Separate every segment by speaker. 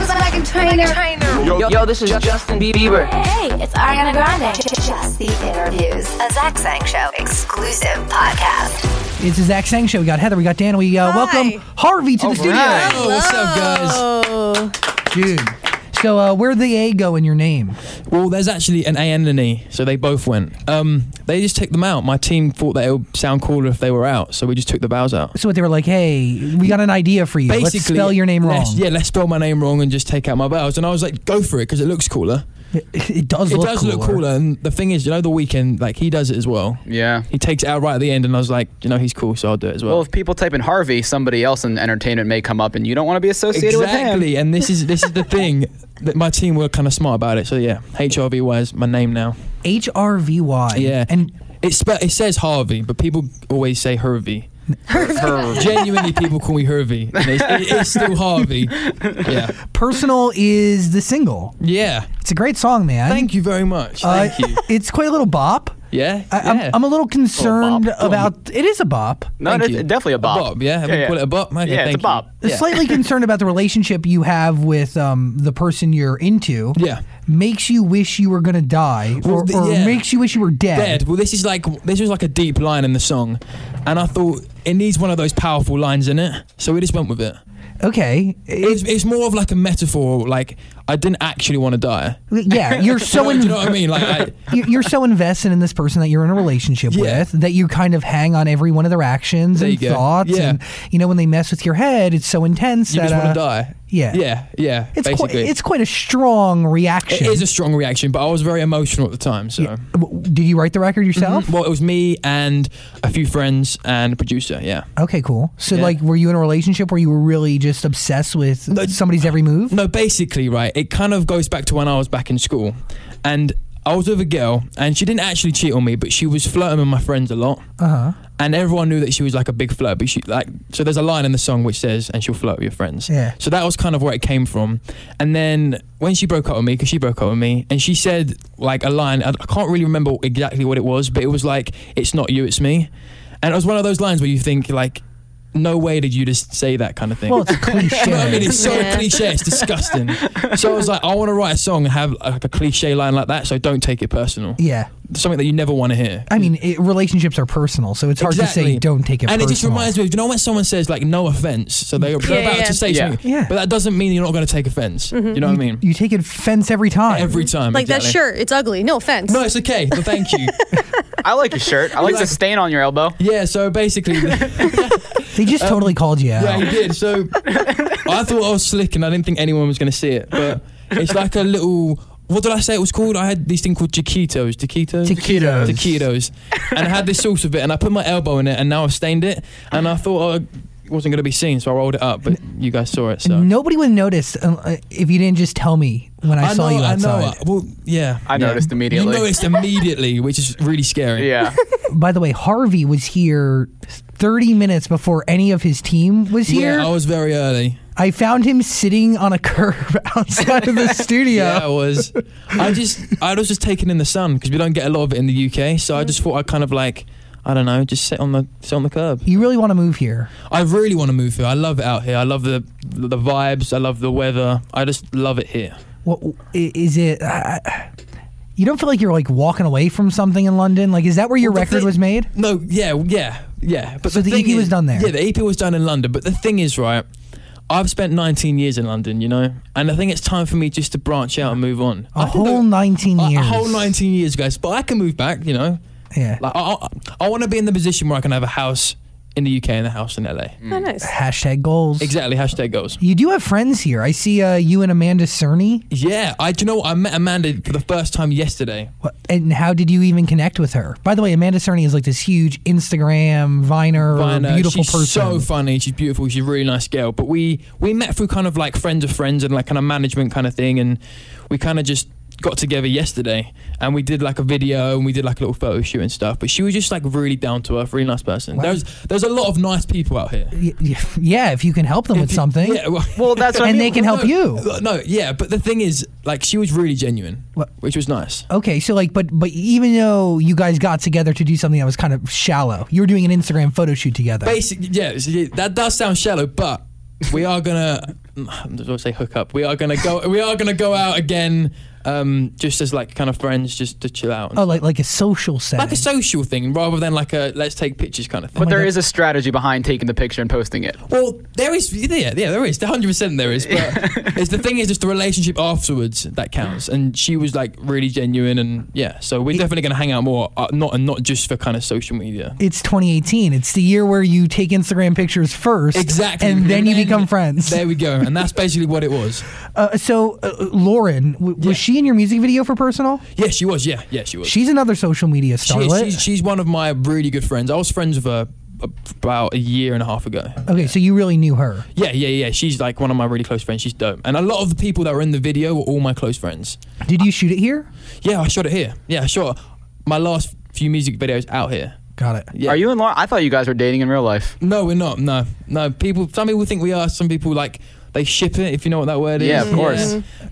Speaker 1: Entertainer.
Speaker 2: Yo, yo, this is Justin Bieber.
Speaker 3: Hey, it's Ariana Grande. Just the interviews. A Zach Sang Show exclusive podcast.
Speaker 4: It's the Zach Sang Show. We got Heather, we got Dan, we uh, welcome Harvey to the studio.
Speaker 5: Hello. Oh, What's up, guys?
Speaker 4: Dude. So uh, where'd the A go in your name?
Speaker 5: Well, there's actually an A and an E, so they both went. Um, they just took them out. My team thought that it would sound cooler if they were out, so we just took the bows out.
Speaker 4: So they were like, hey, we got an idea for you.
Speaker 5: Basically,
Speaker 4: Let's spell your name wrong.
Speaker 5: let's- yeah, let's spell my name wrong and just take out my bows. And I was like, go for it because it looks cooler.
Speaker 4: It does,
Speaker 5: It
Speaker 4: look,
Speaker 5: does
Speaker 4: cooler.
Speaker 5: look cooler. And the thing is, you know, the weekend, like he does it as well.
Speaker 6: Yeah.
Speaker 5: He takes it out right at the end, and I was like, you know, he's cool, so I'll do it as well.
Speaker 6: Well, if people type in Harvey, somebody else in entertainment may come up, and you don't want to be associated with him.
Speaker 5: exactly. And this is this is the thing that my team were kind of smart about it. So yeah, HRV wise, my name now.
Speaker 4: HRVY.
Speaker 5: Yeah.
Speaker 4: And
Speaker 5: It, spe- it says Harvey, but people always say Hervey. Genuinely, people call me Hervey. And it's, it- it's still Harvey. Yeah.
Speaker 4: Personal is the single.
Speaker 5: Yeah.
Speaker 4: It's a great song, man.
Speaker 5: Thank you very much.
Speaker 4: Uh,
Speaker 5: Thank you.
Speaker 4: It's quite a little bop.
Speaker 5: Yeah.
Speaker 4: I, I'm,
Speaker 5: yeah.
Speaker 4: I'm a little concerned
Speaker 6: bop. Go on.
Speaker 4: about. It is a bop.
Speaker 6: No,
Speaker 5: Thank
Speaker 6: it's
Speaker 5: you.
Speaker 6: definitely a bop.
Speaker 5: yeah. We call it a bop. Okay,
Speaker 6: yeah,
Speaker 5: thank
Speaker 6: it's a
Speaker 5: you.
Speaker 6: bop.
Speaker 5: Yeah.
Speaker 4: Slightly concerned about the relationship you have with um, the person you're into.
Speaker 5: Yeah.
Speaker 4: Makes you wish you were gonna die,
Speaker 5: Well,
Speaker 4: or,
Speaker 5: the-
Speaker 4: or
Speaker 5: yeah.
Speaker 4: makes you wish you were dead.
Speaker 5: Dead. Well, this is like this was like a deep line in the song, and I thought it needs one of those powerful lines in it, so we just went with it.
Speaker 4: Okay.
Speaker 5: It's,
Speaker 4: It-
Speaker 5: it's more of like a metaphor. Like I didn't actually want to die.
Speaker 4: yeah, you're so
Speaker 5: Do you
Speaker 4: in,
Speaker 5: know what I mean? Like I,
Speaker 4: you- you're so invested in this person that you're in a relationship
Speaker 5: Yeah.
Speaker 4: with that you kind of hang on every one of their actions
Speaker 5: There
Speaker 4: and
Speaker 5: you go.
Speaker 4: thoughts.
Speaker 5: Yeah.
Speaker 4: And you know when they mess with your head, it's so intense
Speaker 5: you
Speaker 4: that
Speaker 5: just
Speaker 4: uh,
Speaker 5: want to die.
Speaker 4: yeah.
Speaker 5: Yeah. Yeah.
Speaker 4: It's
Speaker 5: basically.
Speaker 4: quite it's quite a strong
Speaker 5: It
Speaker 4: reaction.
Speaker 5: is a strong reaction, but I was very emotional at the time. So, Mm.
Speaker 4: W- Did you write the record yourself?
Speaker 5: well, it was me and a few friends and a producer. Yeah.
Speaker 4: Okay, cool. So,
Speaker 5: Yeah.
Speaker 4: like, were you in a relationship where you were really just obsessed with somebody's every move?
Speaker 5: No, basically, right. It kind of goes back to when I was back in school, and I was with a girl, and she didn't actually cheat on me, but she was flirting with my friends a lot.
Speaker 4: Uh huh.
Speaker 5: and everyone knew that she was like a big flirt but she like so there's a line in the song which says and she'll flirt with your friends
Speaker 4: Yeah.
Speaker 5: so that was kind of where it came from and then when she broke up with me because she broke up with me and she said like a line I I can't really remember exactly what it was but it was like it's not you it's me and it was one of those lines where you think like no way did you just say that kind of thing
Speaker 4: Well, it's a cliche.
Speaker 5: you know what I mean? It's so
Speaker 2: Yeah.
Speaker 5: cliche. It's disgusting. so I was like, I want to write a song and have like a cliche line like that. So don't take it personal.
Speaker 4: yeah.
Speaker 5: Something that you never want to hear.
Speaker 4: I mean, it, relationships are personal, so it's hard to say don't take it
Speaker 5: And
Speaker 4: personal.
Speaker 5: it just reminds me, of- you know, when someone says like no offense, so they- they're
Speaker 2: Yeah,
Speaker 5: about
Speaker 2: yeah.
Speaker 5: to say
Speaker 6: Yeah.
Speaker 5: something,
Speaker 4: Yeah. Mm-hmm.
Speaker 5: but that doesn't mean you're not going to take offense. You know what I mean?
Speaker 4: You take offense every time.
Speaker 5: Every time,
Speaker 2: Like that
Speaker 5: exactly.
Speaker 2: shirt, it's ugly. No offense.
Speaker 5: No, it's okay. Well, thank you.
Speaker 6: I like your shirt. I like the stain on your elbow.
Speaker 5: yeah. So basically,
Speaker 4: they just totally called you out.
Speaker 5: Um, yeah, he did. So I thought I was slick, and I didn't think anyone was going to see it. But it's like a little. What did I say it was called? I had these thing called taquitos, taquitos,
Speaker 4: Taquitos.
Speaker 5: taquitos, and I had this sauce of it, and I put my elbow in it, and now I've stained it, and I thought I wasn't going to be seen, so I rolled it up, but you guys saw it, so.
Speaker 4: Nobody would notice uh, if you didn't just tell me when I, saw
Speaker 5: know,
Speaker 4: you outside.
Speaker 5: I know. Well, yeah.
Speaker 6: I
Speaker 5: yeah.
Speaker 6: noticed immediately.
Speaker 5: You noticed immediately, which is really scary.
Speaker 6: Yeah.
Speaker 4: By the way, Harvey was here 30 minutes before any of his team was here.
Speaker 5: Yeah, I was very early.
Speaker 4: I found him sitting on a curb outside of the studio.
Speaker 5: Yeah, I was. I just, I was just taking in the sun because we don't get a lot of it in the UK. So I just thought I kind of like, I don't know, just sit on the sit on the curb.
Speaker 4: You really want to move here.
Speaker 5: I really want to move here. I love it out here. I love the the vibes. I love the weather. I just love it here.
Speaker 4: What i- is it? Uh, you don't feel like you're like walking away from something in London. Like, is that where your
Speaker 5: Well, the
Speaker 4: record
Speaker 5: thi-
Speaker 4: was made?
Speaker 5: No, yeah, yeah, yeah. But
Speaker 4: So the
Speaker 5: thing
Speaker 4: EP was
Speaker 5: is-
Speaker 4: done there?
Speaker 5: Yeah, the EP was done in London. But the thing is, right, I've spent 19 years in London, you know, and I think it's time for me just to branch out and move on.
Speaker 4: A
Speaker 5: I think
Speaker 4: whole
Speaker 5: that-
Speaker 4: 19
Speaker 5: a-
Speaker 4: years.
Speaker 5: A whole 19 years, guys. But I can move back, you know.
Speaker 4: Yeah.
Speaker 5: Like I, I, I want to be in the position where I can have a house in the UK and a house in LA.
Speaker 1: Mm.
Speaker 2: Oh, nice.
Speaker 4: Hashtag goals.
Speaker 5: Exactly. Hashtag goals.
Speaker 4: You do have friends here. I see uh, you and Amanda Cerny.
Speaker 5: Yeah, I do you know what? I met Amanda for the first time yesterday.
Speaker 4: What- And how did you even connect with her? By the way, Amanda Cerny is like this huge Instagram Viner,
Speaker 5: Viner,
Speaker 4: beautiful
Speaker 5: she's
Speaker 4: person.
Speaker 5: so funny. She's beautiful. She's a really nice girl. But we we met through kind of like friends of friends and like kind of management kind of thing, and we kind of just got together yesterday and we did like a video and we did like a little photo shoot and stuff. But she was just like really down to earth, really nice person. There's there's a lot of nice people out here.
Speaker 4: Y- y- yeah, if you can help them with something,
Speaker 5: Yeah, well,
Speaker 6: Well, that's what I
Speaker 4: and
Speaker 6: mean.
Speaker 4: they can help
Speaker 5: no, uh,
Speaker 4: you.
Speaker 5: No, yeah, but the thing is, like, she was really genuine,
Speaker 4: What?
Speaker 5: which was nice.
Speaker 4: Okay, so like, but but even though you guys got together to do something that was kind of shallow, you were doing an Instagram photo shoot together.
Speaker 5: Basically, yeah, so yeah, that does sound shallow, but we are gonna I'm just gonna say hook up. We are gonna go. we are gonna go out again, um, just as like kind of friends, just to chill out. and
Speaker 4: Oh, like like a social setting.
Speaker 5: like a social thing rather than like a let's take pictures kind of thing.
Speaker 6: But there
Speaker 4: God.
Speaker 6: is a strategy behind taking the picture and posting it.
Speaker 5: well, there is, yeah, yeah, there is, hundred percent there is. But it's the thing is, just the relationship afterwards that counts. And she was like really genuine, and yeah, so we're definitely gonna hang out more, uh, not and not just for kind of social media.
Speaker 4: it's 2018. It's the year where you take Instagram pictures first,
Speaker 5: Exactly,
Speaker 4: and then you become friends.
Speaker 5: There we go, and that's basically what it was.
Speaker 4: Uh, so, uh, Lauren, w-
Speaker 5: Yeah.
Speaker 4: was she in your music video for personal?
Speaker 5: Yeah, she was. Yeah, yeah, she was.
Speaker 4: She's another social media
Speaker 5: She is.
Speaker 4: starlet.
Speaker 5: she's, she's one of my really good friends. I was friends with her about a year and a half ago.
Speaker 4: okay, so you really knew her.
Speaker 5: Yeah, yeah, yeah. She's like one of my really close friends. She's dope. And a lot of the people that were in the video were all my close friends.
Speaker 4: Did you shoot it here?
Speaker 5: Yeah, I shot it here. Yeah, I shot my last few music videos out here.
Speaker 4: Got it.
Speaker 5: Yeah.
Speaker 6: Are you in law? I thought you guys were dating in real life.
Speaker 5: No, we're not. No, no. People. Some people think we are. Some people like they ship it. If you know what that word is.
Speaker 6: Yeah, of course.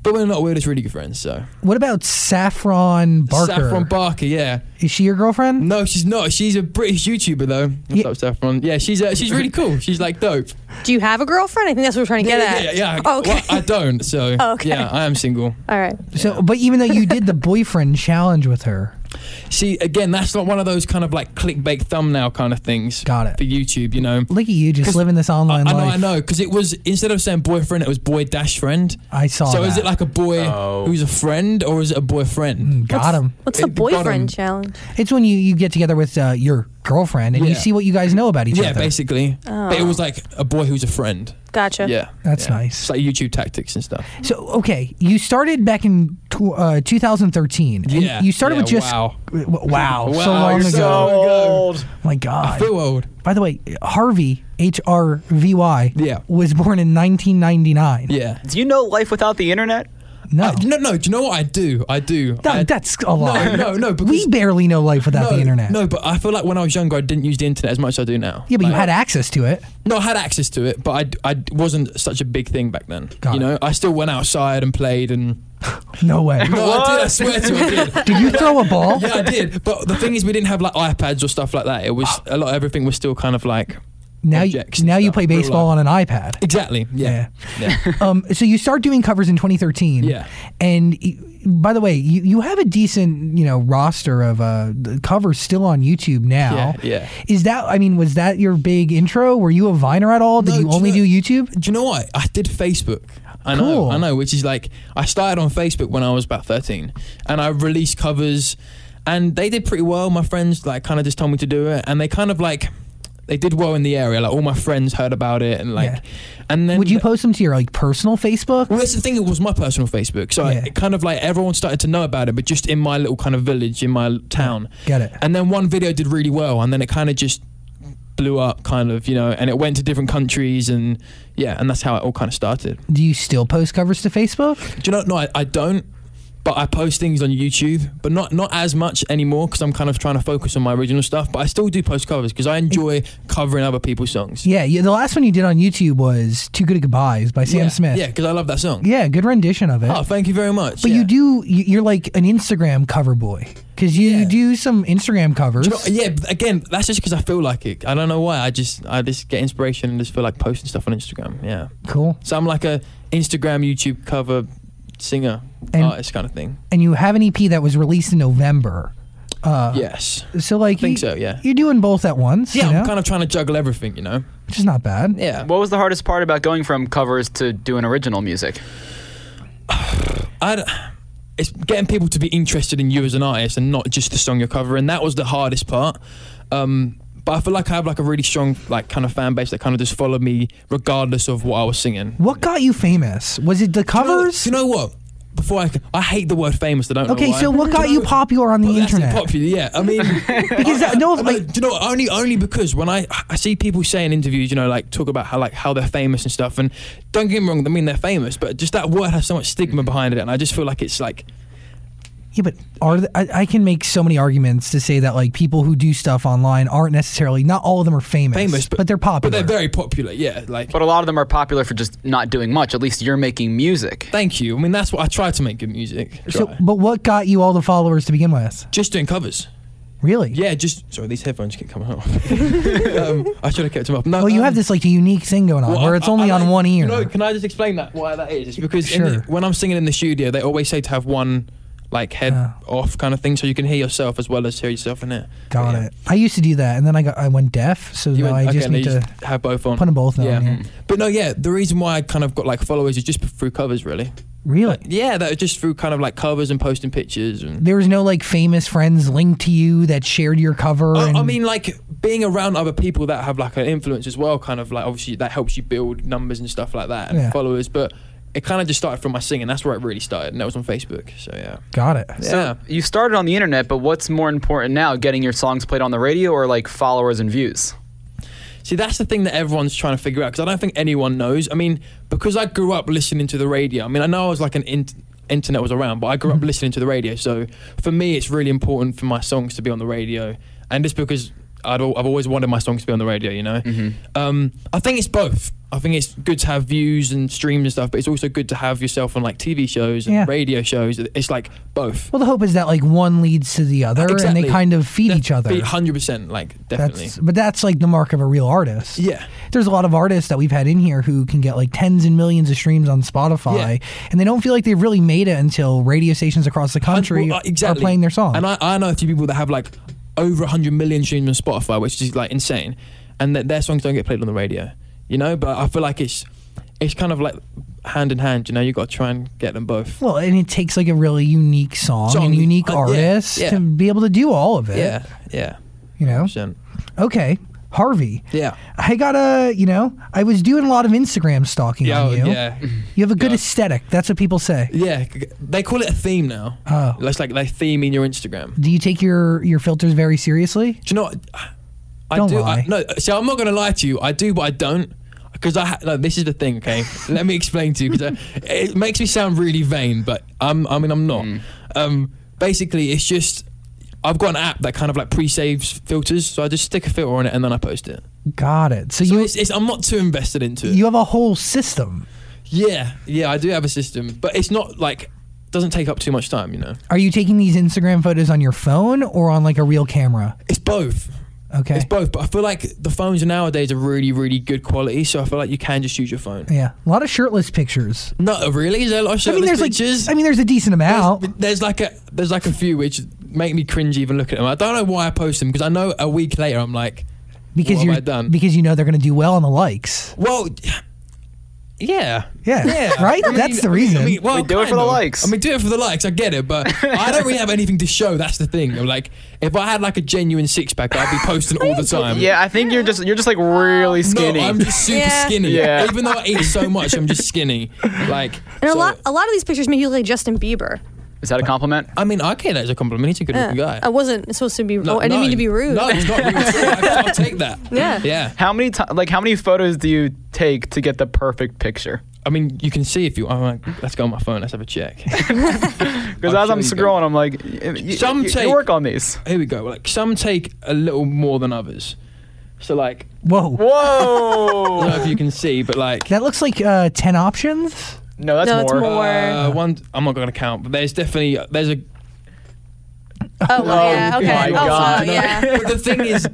Speaker 5: But we're not. We're just really good friends. So
Speaker 4: What about Saffron Barker?
Speaker 5: Saffron Barker. Yeah.
Speaker 4: is she your girlfriend?
Speaker 5: No, she's not. She's a British YouTuber though. What's
Speaker 4: Yeah.
Speaker 5: up, Saffron? Yeah, she's uh, she's really cool. She's like dope.
Speaker 1: Do you have a girlfriend? I think that's what we're trying to get
Speaker 5: yeah,
Speaker 1: at.
Speaker 5: yeah, yeah.
Speaker 1: Oh, okay.
Speaker 5: Well, I don't. So
Speaker 1: Oh, okay.
Speaker 5: yeah, I am single.
Speaker 1: All right.
Speaker 4: So, but even though you did the boyfriend challenge with her,
Speaker 5: See, again, that's not one of those kind of like clickbait thumbnail kind of things.
Speaker 4: Got it.
Speaker 5: For YouTube, you know.
Speaker 4: look at you just
Speaker 5: 'Cause
Speaker 4: living this
Speaker 5: I, I
Speaker 4: online
Speaker 5: know,
Speaker 4: life.
Speaker 5: I know, because it was instead of saying boyfriend, it was boy dash friend.
Speaker 4: I saw
Speaker 5: So is
Speaker 4: that.
Speaker 5: it like a boy who's a friend or is it a boyfriend?
Speaker 4: Got him.
Speaker 1: What's the
Speaker 5: It- got 'em.
Speaker 1: boyfriend challenge?
Speaker 4: It's when you, you get together with uh, your girlfriend and you
Speaker 5: Yeah.
Speaker 4: see what you guys know about each
Speaker 5: Yeah,
Speaker 4: other.
Speaker 5: basically.
Speaker 1: Oh.
Speaker 5: But it was like a boy who's a friend.
Speaker 1: Gotcha.
Speaker 5: Yeah,
Speaker 4: That's
Speaker 5: yeah.
Speaker 4: nice.
Speaker 5: It's like YouTube tactics and stuff.
Speaker 4: So okay, you started back in tw- uh, 2013. and
Speaker 5: Yeah,
Speaker 4: you started
Speaker 5: yeah,
Speaker 4: with just
Speaker 5: wow.
Speaker 4: w- w- wow,
Speaker 5: Wow,
Speaker 4: so long
Speaker 5: you're
Speaker 4: ago. Oh
Speaker 5: so old.
Speaker 4: My God.
Speaker 5: Feel old.
Speaker 4: By the way, Harvey H R V Y
Speaker 5: Yeah.
Speaker 4: was born in 1999.
Speaker 5: Yeah.
Speaker 6: Do you know life without the internet?
Speaker 4: No.
Speaker 5: I- no, no. Do you know what I do? I do.
Speaker 4: That-
Speaker 5: I-
Speaker 4: that's a lie.
Speaker 5: No, no, no. Because
Speaker 4: we barely know life without
Speaker 5: no,
Speaker 4: the internet.
Speaker 5: No, but I feel like when I was younger, I didn't use the internet as much as I do now.
Speaker 4: Yeah, but you
Speaker 5: Like-
Speaker 4: had access to it.
Speaker 5: No, I had access to it, but I, I wasn't such a big thing back then.
Speaker 4: Got
Speaker 5: you
Speaker 4: it.
Speaker 5: know, I still went outside and played and.
Speaker 4: No way.
Speaker 5: No, I did. I swear to, you, I did.
Speaker 4: Did you throw a ball?
Speaker 5: Yeah, I did. But the thing is, we didn't have like iPads or stuff like that. It was
Speaker 4: Ah.
Speaker 5: a lot. Everything was still kind of like
Speaker 4: now you,
Speaker 5: objects and
Speaker 4: now you
Speaker 5: stuff,
Speaker 4: play
Speaker 5: real
Speaker 4: baseball
Speaker 5: life.
Speaker 4: on an iPad.
Speaker 5: exactly. Yeah. Yeah.
Speaker 4: um, so you start doing covers in 2013.
Speaker 5: Yeah.
Speaker 4: And y- by the way, you, you have a decent you know roster of uh, the covers still on YouTube now.
Speaker 5: Yeah, yeah.
Speaker 4: Is that I mean was that your big intro? Were you a viner at all? Did
Speaker 5: No,
Speaker 4: you
Speaker 5: do you
Speaker 4: only
Speaker 5: know-
Speaker 4: do YouTube?
Speaker 5: Do you know what? I did Facebook. I know,
Speaker 4: Cool.
Speaker 5: I know, which is like I started on Facebook when I was about 13 and I released covers and they did pretty well. My friends like kind of just told me to do it and they kind of like they did well in the area. Like all my friends heard about it and like and then
Speaker 4: Would you post them to your like personal Facebook?
Speaker 5: well, that's the thing. It was my personal Facebook, so I-
Speaker 4: Yeah.
Speaker 5: it kind of like everyone started to know about it, but just in my little kind of village, in my l- town.
Speaker 4: Get it.
Speaker 5: And then one video did really well, and then it kind of just blew up, kind of, you know, and it went to different countries, and yeah, and that's how it all kind of started.
Speaker 4: Do you still post covers to Facebook?
Speaker 5: Do you know? No, I, I don't. But I post things on YouTube, but not not as much anymore because I'm kind of trying to focus on my original stuff. But I still do post covers because I enjoy covering other people's songs.
Speaker 4: Yeah, yeah. The last one you did on YouTube was "Two Good Goodbyes" by Sam
Speaker 5: yeah,
Speaker 4: Smith.
Speaker 5: Yeah, because I love that song.
Speaker 4: Yeah, good rendition of it.
Speaker 5: Oh, thank you very much.
Speaker 4: but
Speaker 5: yeah.
Speaker 4: you do. you- You're like an Instagram cover boy because you
Speaker 5: Yeah.
Speaker 4: do some Instagram covers.
Speaker 5: Do you know- yeah, but again, that's just because I feel like it. I don't know why. I just I just get inspiration and just feel like posting stuff on Instagram. Yeah,
Speaker 4: Cool.
Speaker 5: so I'm like a Instagram, YouTube cover singer,
Speaker 4: And-
Speaker 5: artist kind of thing.
Speaker 4: and you have an EP that was released in November. Uh,
Speaker 5: yes,
Speaker 4: So like,
Speaker 5: think
Speaker 4: you,
Speaker 5: so, yeah.
Speaker 4: You're doing both at once.
Speaker 5: yeah.
Speaker 4: you know?
Speaker 5: I'm kind of trying to juggle everything, you know.
Speaker 4: which is not bad.
Speaker 5: Yeah,
Speaker 6: What was the hardest part about going from covers to doing original music?
Speaker 5: I. d- It's getting people to be interested in you as an artist and not just the song you're covering. That was the hardest part. Um, but I feel like I have like a really strong like kind of fan base that kind of just followed me regardless of what I was singing.
Speaker 4: What got you famous? Was it the covers?
Speaker 5: Do you know, do you know what? Before I, I hate the word famous. I don't.
Speaker 4: okay,
Speaker 5: know why.
Speaker 4: so what got you popular on the
Speaker 5: Well, that's
Speaker 4: internet?
Speaker 5: Popular, yeah. I mean,
Speaker 4: Because that- no,
Speaker 5: I know,
Speaker 4: like-
Speaker 5: do you know what? only only because when I I see people say in interviews, you know, like talk about how like how they're famous and stuff, and don't get me wrong, I mean they're famous, but just that word has so much stigma behind it, and I just feel like it's like
Speaker 4: yeah, but are th- I, I can make so many arguments to say that like people who do stuff online aren't necessarily not all of them are famous,
Speaker 5: famous, but,
Speaker 4: they're
Speaker 5: But
Speaker 4: popular.
Speaker 5: they're very popular, yeah. Like,
Speaker 6: But a lot of them are popular for just not doing much. At least you're making music.
Speaker 5: thank you. I mean, that's what I try to make good music.
Speaker 4: so,
Speaker 5: Try.
Speaker 4: but what got you all the followers to begin with?
Speaker 5: just doing covers.
Speaker 4: Really?
Speaker 5: Yeah, just sorry, these headphones keep coming off. um, I should have kept them up. No,
Speaker 4: Well, you
Speaker 5: um,
Speaker 4: have this like unique thing going on
Speaker 5: well,
Speaker 4: where
Speaker 5: I-
Speaker 4: it's
Speaker 5: I-
Speaker 4: only
Speaker 5: I
Speaker 4: on
Speaker 5: like-
Speaker 4: one ear.
Speaker 5: No, can I just explain that why that is? It's because in the-
Speaker 4: Sure.
Speaker 5: when I'm singing in the studio, they always say to have one like head
Speaker 4: Yeah.
Speaker 5: off kind of thing, so you can hear yourself as well as hear yourself in it.
Speaker 4: Got
Speaker 5: Yeah.
Speaker 4: it. I used to do that, and then I got I went deaf, so
Speaker 5: You
Speaker 4: now
Speaker 5: went-
Speaker 4: I just
Speaker 5: okay,
Speaker 4: need
Speaker 5: now you
Speaker 4: to
Speaker 5: just have both on.
Speaker 4: put them both now
Speaker 5: yeah.
Speaker 4: on here.
Speaker 5: But no, yeah, the reason why I kind of got like followers is just through covers, really.
Speaker 4: Really?
Speaker 5: Yeah, that was just through kind of like covers and posting pictures and.
Speaker 4: There was no like famous friends linked to you that shared your cover.
Speaker 5: I,
Speaker 4: and,
Speaker 5: I mean, like being around other people that have like an influence as well, kind of like obviously that helps you build numbers and stuff like that and
Speaker 4: Yeah.
Speaker 5: followers. But it kind of just started from my singing. That's where it really started, and that was on Facebook. So yeah,
Speaker 4: got it.
Speaker 5: yeah.
Speaker 6: You started on the internet, but what's more important now, getting your songs played on the radio or like followers and views?
Speaker 5: See, that's the thing that everyone's trying to figure out because I don't think anyone knows. I mean, because I grew up listening to the radio. I mean, I know I was like an in- internet was around, but I
Speaker 4: Mm-hmm.
Speaker 5: grew up listening to the radio. So for me, it's really important for my songs to be on the radio, and just because I'd al- I've always wanted my songs to be on the radio, you know.
Speaker 4: Mm-hmm.
Speaker 5: Um, I think it's both. I think it's good to have views and streams and stuff, but it's also good to have yourself on like TV shows and
Speaker 4: Yeah.
Speaker 5: radio shows. It's like both.
Speaker 4: Well, the hope is that like one leads to the other, and they kind of feed each other.
Speaker 5: Hundred percent, like definitely.
Speaker 4: That's but that's like the mark of a real artist.
Speaker 5: Yeah.
Speaker 4: There's a lot of artists that we've had in here who can get like tens and millions of streams on Spotify
Speaker 5: Yeah.
Speaker 4: and they don't feel like they've really made it until radio stations across the country
Speaker 5: Well, uh,
Speaker 4: are
Speaker 5: exactly.
Speaker 4: playing their song.
Speaker 5: And I, I know a few people that have like over 100 million streams on Spotify, which is like insane, and that their songs don't get played on the radio, you know. But I feel like it's it's kind of like hand in hand, you know. You got to try and get them both.
Speaker 4: well, and it takes like a really unique song,
Speaker 5: Song,
Speaker 4: and unique
Speaker 5: uh, yeah,
Speaker 4: artist
Speaker 5: yeah.
Speaker 4: to be able to do all of it.
Speaker 5: Yeah, yeah,
Speaker 4: You know?
Speaker 5: 100%.
Speaker 4: Okay. Harvey.
Speaker 5: yeah.
Speaker 4: I gotta, you know, I was doing a lot of Instagram stalking
Speaker 5: Yeah,
Speaker 4: on you.
Speaker 5: yeah.
Speaker 4: You have a good
Speaker 5: Yeah.
Speaker 4: aesthetic. That's what people say.
Speaker 5: Yeah, c- they call it a theme now.
Speaker 4: Oh.
Speaker 5: It's like they theme in your Instagram.
Speaker 4: Do you take your your filters very seriously?
Speaker 5: Do you know? What? I
Speaker 4: Don't
Speaker 5: do. I,
Speaker 4: lie.
Speaker 5: no, see, I'm not going to lie to you. I do, but I don't. Because I ha- no, this is the thing. Okay, let me explain to you. Because it makes me sound really vain, but I'm. I mean, I'm not.
Speaker 4: Mm.
Speaker 5: Um, basically, it's just I've got an app that kind of like pre-saves filters, so I just stick a filter on it and then I post it.
Speaker 4: Got it. So,
Speaker 5: So
Speaker 4: you
Speaker 5: it's, it's, I'm not too invested into it.
Speaker 4: you have a whole system.
Speaker 5: yeah, yeah, I do have a system, but it's not like doesn't take up too much time. You know,
Speaker 4: Are you taking these Instagram photos on your phone or on like a real camera?
Speaker 5: it's both.
Speaker 4: Okay.
Speaker 5: It's both, but I feel like the phones nowadays are really, really good quality. So I feel like you can just use your phone.
Speaker 4: yeah, a lot of shirtless pictures.
Speaker 5: No, really? Is there a lot of
Speaker 4: I mean,
Speaker 5: shirtless
Speaker 4: there's
Speaker 5: pictures?
Speaker 4: like, I mean, there's a decent amount.
Speaker 5: there's, there's like a there's like a few which make me cringe even looking at them. I don't know why I post them because I know a week later I'm like,
Speaker 4: because
Speaker 5: what
Speaker 4: you're
Speaker 5: have I done?
Speaker 4: because you know they're going to do well on the likes.
Speaker 5: well, yeah,
Speaker 4: Yeah, right? That's the
Speaker 5: I mean-
Speaker 4: reason.
Speaker 5: I mean, well,
Speaker 6: We do it for
Speaker 5: kind
Speaker 6: the
Speaker 5: of.
Speaker 6: likes.
Speaker 5: I mean, do it for the likes. I get it, but I don't really have anything to show. That's the thing. I'm like, if I had like a genuine six pack, I'd be posting all the time.
Speaker 6: Yeah, I think you're just you're just like really skinny.
Speaker 5: Um, No, I'm just super
Speaker 1: Yeah.
Speaker 5: skinny.
Speaker 6: Yeah.
Speaker 5: Even though I eat so much, I'm just skinny. Like,
Speaker 1: And a
Speaker 5: so-
Speaker 1: lot, a lot of these pictures make you look like Justin Bieber.
Speaker 6: Is that a compliment?
Speaker 5: I mean, I can't as a compliment. He's a good looking guy.
Speaker 1: I wasn't supposed to be.
Speaker 5: No,
Speaker 1: oh, I didn't
Speaker 5: no.
Speaker 1: mean to be rude.
Speaker 5: No, it's not rude. at all. I- I'll take that.
Speaker 1: Yeah.
Speaker 5: Yeah.
Speaker 6: How many ti like how many photos do you take to get the perfect picture?
Speaker 5: I mean, you can see if you. I'm like, let's go on my phone. Let's have a check. Here
Speaker 6: Because
Speaker 5: I'll
Speaker 6: as I'm
Speaker 5: show you guys.
Speaker 6: scrolling, I'm like, y- y-
Speaker 5: Some
Speaker 6: y- you,
Speaker 5: take-
Speaker 6: work on these.
Speaker 5: we go. Like some take a little more than others. So like,
Speaker 4: Whoa,
Speaker 5: I don't know
Speaker 6: Whoa!
Speaker 5: if you can see, but like,
Speaker 4: that looks like uh, ten options.
Speaker 6: no, that's
Speaker 1: No, it's
Speaker 6: more.
Speaker 1: more.
Speaker 5: uh, one. I'm not gonna count, but there's definitely there's a.
Speaker 1: oh, yeah. Okay.
Speaker 6: my
Speaker 1: oh,
Speaker 6: God.
Speaker 1: wow, yeah.
Speaker 5: But the thing is,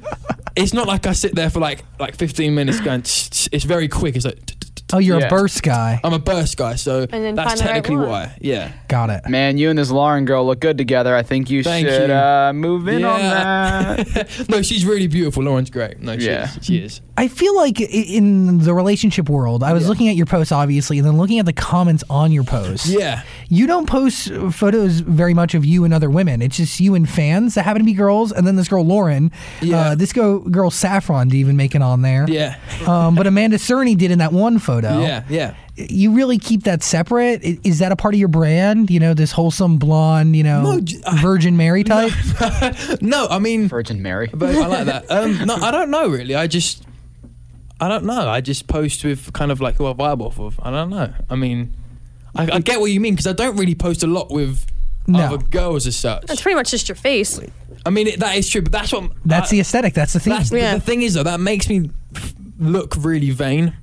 Speaker 5: it's not like I sit there for like like 15 minutes going. tsk, tsk. It's very quick. It's like. tsk, tsk, tsk.
Speaker 4: Oh, you're
Speaker 6: Yeah.
Speaker 4: a burst guy.
Speaker 5: I'm a burst guy, so
Speaker 1: then
Speaker 5: that's
Speaker 1: find the right
Speaker 5: technically
Speaker 1: one.
Speaker 5: why. Yeah.
Speaker 4: Got it.
Speaker 6: Man, you and this Lauren girl look good together. I think you
Speaker 5: Thank
Speaker 6: should
Speaker 5: you.
Speaker 6: Uh, move in on
Speaker 5: Yeah.
Speaker 6: that.
Speaker 5: no, she's really beautiful. Lauren's great. No, she
Speaker 6: Yeah.
Speaker 5: is. She is.
Speaker 4: I feel like i- in the relationship world, I was looking at your posts obviously, and then looking at the comments on your posts.
Speaker 5: Yeah.
Speaker 4: You don't post photos very much of you and other women. It's just you and fans that happen to be girls, and then this girl Lauren,
Speaker 5: Yeah.
Speaker 4: uh, this go, girl Saffron, to even make it on there.
Speaker 5: Yeah.
Speaker 4: Um, but Amanda Cerny did in that one photo.
Speaker 5: Yeah. Yeah.
Speaker 4: You really keep that separate. I- Is that a part of your brand? You know, this wholesome blonde, you know,
Speaker 5: No, j-
Speaker 4: Virgin Mary type.
Speaker 5: No, I mean,
Speaker 6: Virgin Mary.
Speaker 5: but I like that. Um, no, I don't know really. I just, I don't know. I just post with kind of like who I vibe off of. I don't know. I mean, I, I get what you mean because I don't really post a lot with
Speaker 4: No.
Speaker 5: other girls as such.
Speaker 1: It's pretty much just your face.
Speaker 5: I mean, it, that is true, but that's what.
Speaker 4: That's
Speaker 5: I-
Speaker 4: the aesthetic. That's the theme.
Speaker 5: That's the-
Speaker 1: Yeah.
Speaker 5: the thing is though that makes me look really vain.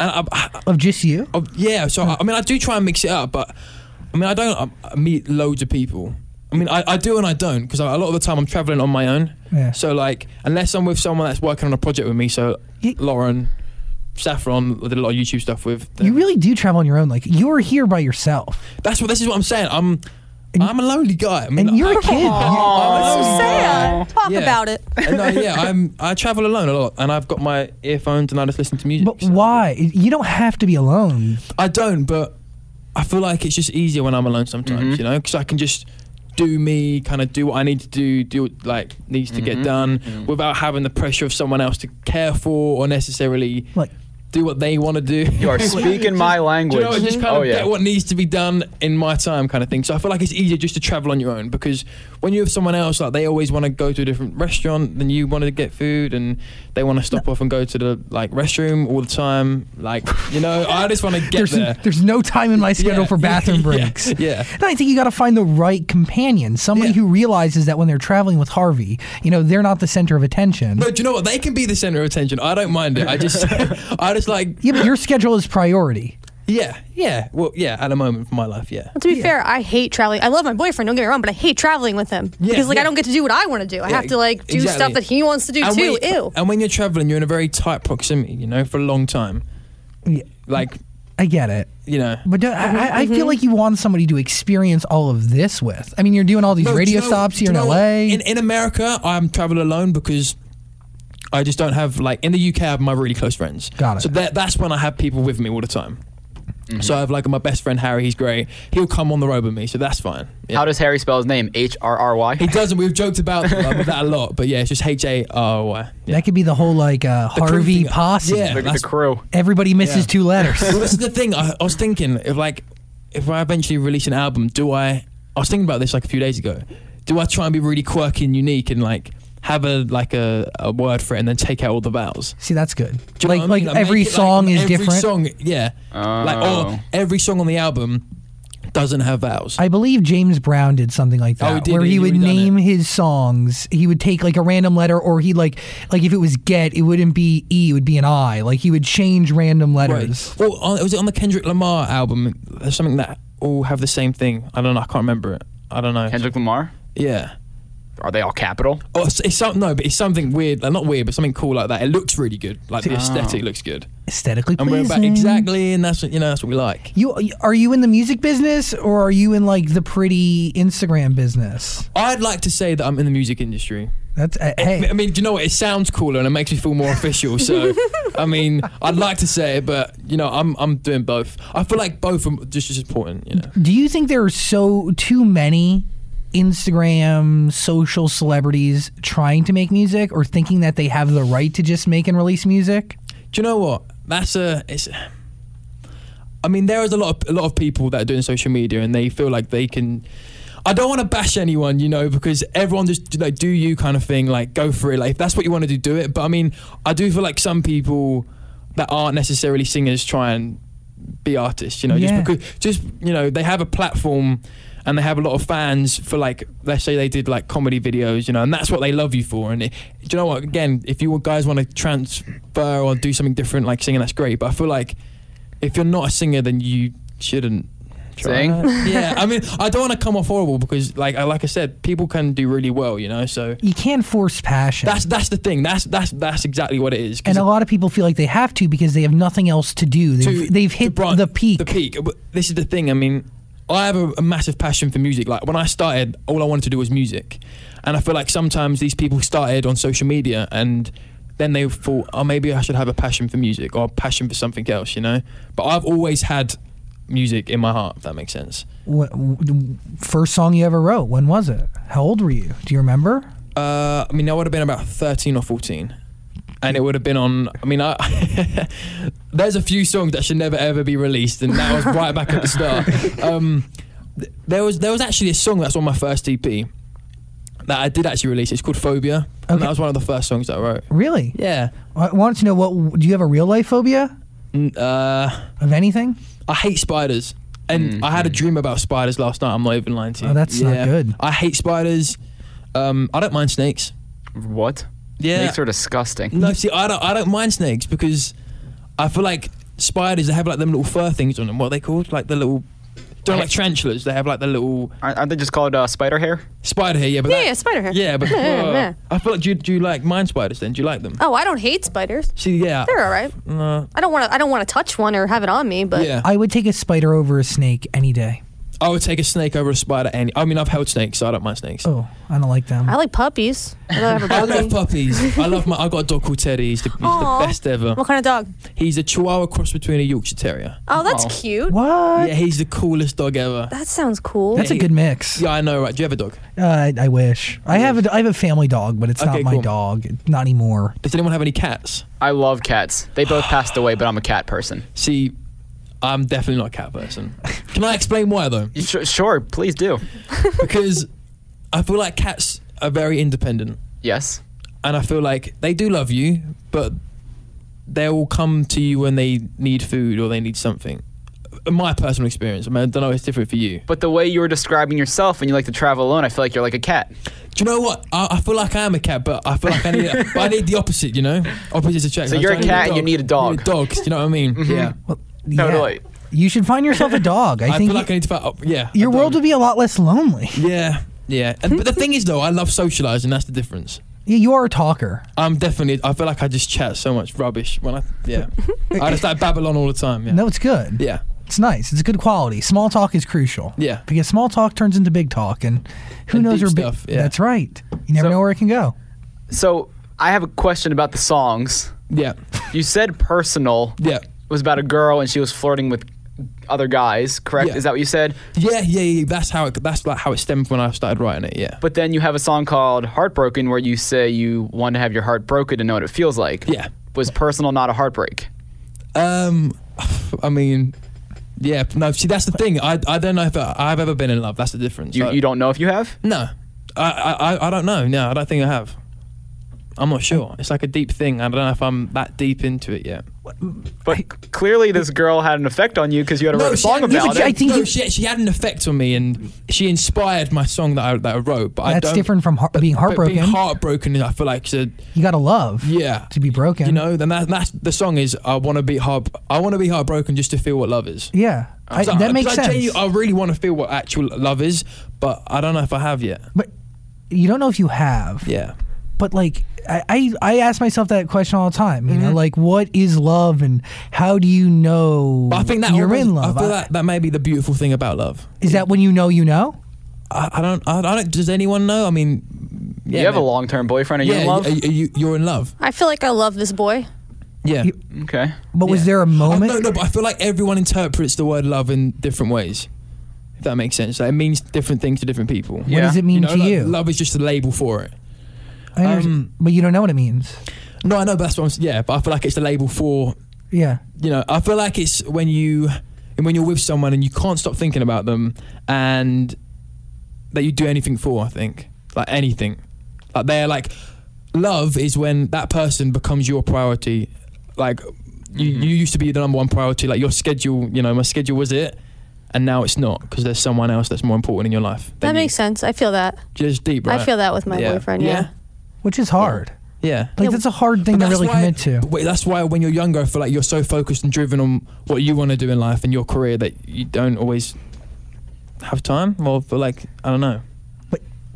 Speaker 5: And I, I,
Speaker 4: of just you. Hmm.
Speaker 5: Oh, yeah, so I, I mean, I do try and mix it up, but I mean, I don't I, I meet uh, loads of people, I mean, I, I do and I don't because a lot of the time I'm traveling on my own.
Speaker 4: Yeah.
Speaker 5: So like, unless I'm with someone that's working on a project with me, so
Speaker 4: You-
Speaker 5: Lauren, Saffron, I did a lot of YouTube stuff with. Them.
Speaker 4: You really do travel on your own. Like you are here by yourself,
Speaker 5: that's what this is what I'm saying. I'm I'm a lonely guy. I mean,
Speaker 4: and you're
Speaker 5: I-
Speaker 4: a kid.
Speaker 1: So sad. Talk
Speaker 5: Oh. Yeah.
Speaker 1: about it.
Speaker 5: and I- yeah, I'm. I travel alone a lot, and I've got my earphones, and I just listen to music.
Speaker 4: But
Speaker 5: so-
Speaker 4: why? You don't have to be alone.
Speaker 5: I don't, but I feel like it's just easier when I'm alone sometimes,
Speaker 6: Mm-hmm.
Speaker 5: you know, because I can just do me, kind of do what I need to do, do what, like needs to
Speaker 6: Mm-hmm.
Speaker 5: get done, without having the pressure of someone else to care for or necessarily
Speaker 4: Like
Speaker 5: do what they want to do.
Speaker 6: You are speaking my
Speaker 5: Do
Speaker 6: language.
Speaker 5: you know, just kind
Speaker 6: oh
Speaker 5: of
Speaker 6: yeah.
Speaker 5: get what needs to be done in my time, kind of thing. So I feel like it's easier just to travel on your own because when you have someone else, like they always want to go to a different restaurant than you want to get food, and they want to stop off and go to the like restroom all the time. Like you know, I just want to get
Speaker 4: there's
Speaker 5: there.
Speaker 4: there's no time in my schedule
Speaker 5: Yeah.
Speaker 4: for bathroom
Speaker 5: Yeah.
Speaker 4: breaks.
Speaker 5: Yeah.
Speaker 4: And I think you got to find the right companion, somebody
Speaker 5: Yeah.
Speaker 4: who realizes that when they're traveling with Harvey, you know, they're not the center of attention.
Speaker 5: No, do you know what? They can be the center of attention. I don't mind it. I just, I just like,
Speaker 4: yeah, but your schedule is priority.
Speaker 5: yeah, yeah. Well, yeah. At the moment of my life, yeah.
Speaker 1: To be fair, I hate traveling. I love my boyfriend. Don't get me wrong, but I hate traveling with him because like
Speaker 5: yeah.
Speaker 1: I don't get to do what I want to do. I
Speaker 5: Yeah,
Speaker 1: have to like do
Speaker 5: exactly.
Speaker 1: stuff that he wants to do too.
Speaker 5: When,
Speaker 1: Ew.
Speaker 5: And when you're traveling, you're in a very tight proximity, you know, for a long time.
Speaker 4: Yeah.
Speaker 5: Like,
Speaker 4: I get it.
Speaker 5: you know.
Speaker 4: But don't, I, I- I
Speaker 5: Mm-hmm.
Speaker 4: feel like you want somebody to experience all of this with. I mean, you're doing all these
Speaker 5: No, do
Speaker 4: radio
Speaker 5: you know-
Speaker 4: stops
Speaker 5: do
Speaker 4: here
Speaker 5: you
Speaker 4: in
Speaker 5: know
Speaker 4: LA.
Speaker 5: what? In, in America, I'm travel alone because I just don't have like in the UK I have my really close friends.
Speaker 4: Got it. Mm-hmm.
Speaker 5: So that, that's when I have people with me all the time. So I have like my best friend Harry. He's great. He'll come on the road with me, so that's fine. Yeah.
Speaker 6: How does Harry spell his name? H R R
Speaker 5: he
Speaker 6: Y.
Speaker 5: doesn't? We've joked about uh, that a lot, but yeah, it's just H A R Y. Yeah.
Speaker 4: That could be the whole like uh,
Speaker 5: The crew
Speaker 4: Harvey
Speaker 5: thing.
Speaker 4: posse.
Speaker 5: Yeah,
Speaker 6: Look at the
Speaker 5: that's-
Speaker 6: crew.
Speaker 4: Everybody misses
Speaker 5: Yeah.
Speaker 4: two letters.
Speaker 5: well, this is the thing. I, I was thinking if like if I eventually release an album, do I? I was thinking about this like a few days ago. Do I try and be really quirky and unique and like have a like a, a word for it and then take out all the vowels?
Speaker 4: See, that's good.
Speaker 5: Do you know
Speaker 4: like,
Speaker 5: what I
Speaker 4: like
Speaker 5: mean? make
Speaker 4: every
Speaker 5: it, like,
Speaker 4: song is
Speaker 5: every
Speaker 4: different.
Speaker 5: Song, yeah. Like
Speaker 6: Oh.
Speaker 5: or every song on the album doesn't have vowels.
Speaker 4: I believe James Brown did something like
Speaker 5: Oh,
Speaker 4: that,
Speaker 5: he did,
Speaker 4: where
Speaker 5: he-
Speaker 4: he
Speaker 5: he
Speaker 4: would
Speaker 5: redone
Speaker 4: name his songs. He would take like a random letter, or he like like if it was get, it wouldn't be e, it would be an i. Like he would change random letters.
Speaker 5: Right. Well, on, was it on the Kendrick Lamar album? There's something that all have the same thing. I don't know. I can't remember it. I don't know.
Speaker 6: Kendrick Lamar.
Speaker 5: Yeah.
Speaker 6: Are they all capital?
Speaker 5: Oh, it's, it's some, no, but it's something weird. Like, not weird, but something cool like that. It looks really good. Like the aesthetic looks good.
Speaker 4: Aesthetically
Speaker 5: And we're
Speaker 4: pleasing.
Speaker 5: about exactly, and that's what you know. That's what we like.
Speaker 4: You are you in the music business, or are you in like the pretty Instagram business?
Speaker 5: I'd like to say that I'm in the music industry.
Speaker 4: That's uh,
Speaker 5: I
Speaker 4: hey.
Speaker 5: mean, do you know what? It sounds cooler and it makes me feel more official. So, I mean, I'd like to say it, but you know, I'm I'm doing both. I feel like both are just as important. You know,
Speaker 4: Do you think there are so too many Instagram social celebrities trying to make music, or thinking that they have the right to just make and release music?
Speaker 5: do you know what? That's a it's. I mean, there is a lot of a lot of people that are doing social media and they feel like they can. I don't want to bash anyone, you know, because everyone just like do you kind of thing, like go for it. Like if that's what you want to do, do it. But I mean, I do feel like some people that aren't necessarily singers try and be artists, you know,
Speaker 4: Yeah.
Speaker 5: just because just you know they have a platform and they have a lot of fans for like let's say they did like comedy videos, you know, and that's what they love you for. And it, do you know what? Again, if you guys want to transfer or do something different, like singing, that's great. But I feel like if you're not a singer, then you shouldn't try
Speaker 6: Sing?
Speaker 5: it. yeah, I mean, I don't want to come off horrible because, like, I, like I said, people can do really well, you know. So
Speaker 4: You can't force passion.
Speaker 5: that's that's the thing. That's that's that's exactly what it is. 'Cause
Speaker 4: and a lot of people feel like they have to because they have nothing else to do. They've,
Speaker 5: to-
Speaker 4: they've
Speaker 5: to
Speaker 4: hit
Speaker 5: bran-
Speaker 4: the peak.
Speaker 5: The peak. But This is the thing. I mean, I have a, a massive passion for music. Like when I started, all I wanted to do was music, and I feel like sometimes these people started on social media and. Then they thought, oh, maybe I should have a passion for music or a passion for something else, you know. But I've always had music in my heart, if that makes sense.
Speaker 4: Wh- w- First song you ever wrote? When was it? How old were you? Do you remember?
Speaker 5: Uh, I mean, I would have been about 13 or 14. And it would have been on. I mean, I, there's a few songs that should never ever be released, and that was right back at the start. Um, th- there was there was actually a song that's on my first EP that I did actually release. It's called Phobia, and
Speaker 4: Okay.
Speaker 5: that was one of the first songs that I wrote.
Speaker 4: Really?
Speaker 5: Yeah.
Speaker 4: I wanted to know what. Do you have a real life phobia
Speaker 5: N- Uh,
Speaker 4: of anything?
Speaker 5: I hate spiders. And I had a dream about spiders last night. I'm not even lying to
Speaker 4: Mm,
Speaker 5: you.
Speaker 4: Oh, that's not good.
Speaker 5: I hate spiders. Um, I don't mind snakes.
Speaker 6: What?
Speaker 5: Yeah.
Speaker 6: Snakes are disgusting.
Speaker 5: No, see, I don't. I don't mind snakes because I feel like spiders. They have like them little fur things on them. What are they called? Like the little They're like tarantulas. They have like the little
Speaker 6: Aren't aren't they just called uh, spider hair?
Speaker 5: spider hair. Yeah, but
Speaker 1: Yeah,
Speaker 5: that-
Speaker 1: yeah, spider hair.
Speaker 5: Yeah, but
Speaker 1: Yeah, yeah,
Speaker 5: uh,
Speaker 1: yeah.
Speaker 5: I feel like do you, do you like mind spiders? Then do you like them?
Speaker 1: Oh, I don't hate spiders.
Speaker 5: See, yeah,
Speaker 1: They're all right.
Speaker 5: Uh,
Speaker 1: I don't want to. I don't want to touch one or have it on me. But
Speaker 5: yeah. I,
Speaker 4: I would take a spider over a snake any day.
Speaker 5: would take a snake over a spider. Any, I mean, I've held snakes, so I don't mind snakes.
Speaker 4: Oh, I don't like them.
Speaker 1: I like puppies. I love a
Speaker 5: I
Speaker 1: puppy.
Speaker 5: love puppies. I love my. I got a dog called Teddy. He's the, he's the
Speaker 1: Aw.
Speaker 5: best ever.
Speaker 1: What kind of dog?
Speaker 5: He's a Chihuahua cross between a Yorkshire Terrier.
Speaker 1: Oh, that's cute.
Speaker 4: what?
Speaker 5: Yeah, he's the coolest dog ever.
Speaker 1: That sounds cool.
Speaker 4: That's a good mix.
Speaker 5: Yeah, I know, right? Do you have a dog?
Speaker 4: Uh, I, I wish I have a I have a family dog, but it's
Speaker 5: Okay,
Speaker 4: not my
Speaker 5: cool.
Speaker 4: dog. Not anymore.
Speaker 5: Does anyone have any cats?
Speaker 6: I love cats. They both passed away, but I'm a cat person.
Speaker 5: See, I'm definitely not a cat person. Can I explain why though?
Speaker 6: You sh- sure, please do.
Speaker 5: Because I feel like cats are very independent,
Speaker 6: Yes.
Speaker 5: and I feel like they do love you, but they will come to you when they need food or they need something. In my personal experience, I mean, I don't know, it's different for you.
Speaker 6: But the way you were describing yourself and you like to travel alone, I feel like you're like a cat.
Speaker 5: Do you know what? I, I feel like I am a cat, but I feel like I need, I need the opposite. You know, opposites attract.
Speaker 6: So you're a
Speaker 5: I need
Speaker 6: cat and you need a
Speaker 5: I need
Speaker 6: dog.
Speaker 5: a dog. Do you know what I mean?
Speaker 4: Mm-hmm.
Speaker 5: Yeah.
Speaker 4: Well,
Speaker 6: Totally.
Speaker 4: You should find yourself a dog. I,
Speaker 5: I,
Speaker 4: think
Speaker 5: feel like I need to. Find, oh, yeah. a
Speaker 4: your world
Speaker 5: dog.
Speaker 4: would be a lot less lonely.
Speaker 5: Yeah. Yeah. And, but the thing is, though, I love socializing. That's the difference.
Speaker 4: Yeah, you are a talker.
Speaker 5: I'm definitely. I feel like I just chat so much rubbish when I. Yeah. I just like Babylon all the time. Yeah.
Speaker 4: No, it's good.
Speaker 5: Yeah.
Speaker 4: It's nice. It's good quality. Small talk is crucial.
Speaker 5: Yeah.
Speaker 4: Because small talk turns into big talk, and who
Speaker 5: And
Speaker 4: knows
Speaker 5: deep
Speaker 4: where big.
Speaker 5: stuff, yeah.
Speaker 4: That's right. You never
Speaker 6: So-
Speaker 4: know where it can go.
Speaker 6: So I have a question about the songs.
Speaker 5: Yeah.
Speaker 6: You said personal
Speaker 5: Yeah.
Speaker 6: was about a girl and she was flirting with other guys, correct?
Speaker 5: Yeah.
Speaker 6: Is that what you said?
Speaker 5: Yeah. Yeah. Yeah. That's how it. That's like how it stemmed when I started writing it. Yeah.
Speaker 6: But then you have a song called Heartbroken where you say you want to have your heart broken and know what it feels like.
Speaker 5: Yeah.
Speaker 6: Was personal not a heartbreak?
Speaker 5: Um, I mean, yeah. No. See, that's the thing. I I don't know if I, I've ever been in love. That's the difference.
Speaker 6: You,
Speaker 5: I-
Speaker 6: you don't know if you have?
Speaker 5: No. I, I I- I don't know. No, I don't think I have. I'm not sure. It's like a deep thing. I don't know if I'm that deep into it yet.
Speaker 6: But clearly, this girl had an effect on you because you had to write a song
Speaker 5: had- yeah,
Speaker 6: about
Speaker 5: but
Speaker 4: I
Speaker 6: it.
Speaker 5: she-
Speaker 4: think
Speaker 5: no,
Speaker 4: you-
Speaker 5: she, she had an effect on me, and she inspired my song that I, that I wrote. But I
Speaker 4: That's
Speaker 5: don't,
Speaker 4: different from heart, being
Speaker 5: but
Speaker 4: heartbroken.
Speaker 5: Being heartbroken, I feel like to
Speaker 4: you gotta love.
Speaker 5: yeah,
Speaker 4: To be broken.
Speaker 5: you know. Then that, that's the song is I want to be heart. I want to be heartbroken just to feel what love is.
Speaker 4: Yeah. I,
Speaker 5: So I-
Speaker 4: that makes
Speaker 5: I,
Speaker 4: sense.
Speaker 5: genuinely- I really want to feel what actual love is, but I don't know if I have yet.
Speaker 4: but you don't know if you have.
Speaker 5: Yeah.
Speaker 4: but like I, I I ask myself that question all the time. You
Speaker 5: Mm-hmm.
Speaker 4: know, like what is love and how do you know
Speaker 5: But I think that
Speaker 4: you're
Speaker 5: almost-
Speaker 4: in love?
Speaker 5: I feel
Speaker 4: I-
Speaker 5: that that may be the beautiful thing about love.
Speaker 4: Is that when you know you know?
Speaker 5: I, I don't. I, I don't. Does anyone know? I mean, yeah,
Speaker 6: you have a
Speaker 5: man.
Speaker 6: long term boyfriend. Are you
Speaker 5: Yeah,
Speaker 6: in love?
Speaker 5: Are, you, you're in love.
Speaker 1: I feel like I love this boy.
Speaker 5: Yeah.
Speaker 4: You-
Speaker 6: okay.
Speaker 4: But was
Speaker 5: Yeah.
Speaker 4: there a moment?
Speaker 5: I, no, no, but I feel like everyone interprets the word love in different ways. If that makes sense, like, it means different things to different people.
Speaker 4: what
Speaker 6: Yeah.
Speaker 4: does it mean
Speaker 5: know,
Speaker 4: to
Speaker 5: like,
Speaker 4: you?
Speaker 5: Love is just a label for it.
Speaker 4: I under-
Speaker 5: um,
Speaker 4: but you don't know what it means.
Speaker 5: No, I know, but that's what I'm. s- Yeah, but I feel like it's the label for.
Speaker 4: Yeah.
Speaker 5: You know, I feel like it's when you, and when you're with someone and you can't stop thinking about them, and that you do anything for. I think like anything, like they're like, love is when that person becomes your priority. Like you,
Speaker 4: Mm-hmm.
Speaker 5: you used to be the number one priority. Like your schedule, you know, my schedule was it, and now it's not because there's someone else that's more important in your life.
Speaker 1: That makes sense. I feel that.
Speaker 5: just deep. Right?
Speaker 1: I feel that with my
Speaker 5: Yeah.
Speaker 1: boyfriend.
Speaker 5: Yeah.
Speaker 1: Yeah.
Speaker 4: Which is hard.
Speaker 5: Yeah.
Speaker 4: Like that's a hard thing to
Speaker 5: That's
Speaker 4: really
Speaker 5: why-
Speaker 4: commit to.
Speaker 5: Wait, that's why when you're younger, I feel like you're so focused and driven on what you want to do in life and your career that you don't always have time. Well, for like I don't know.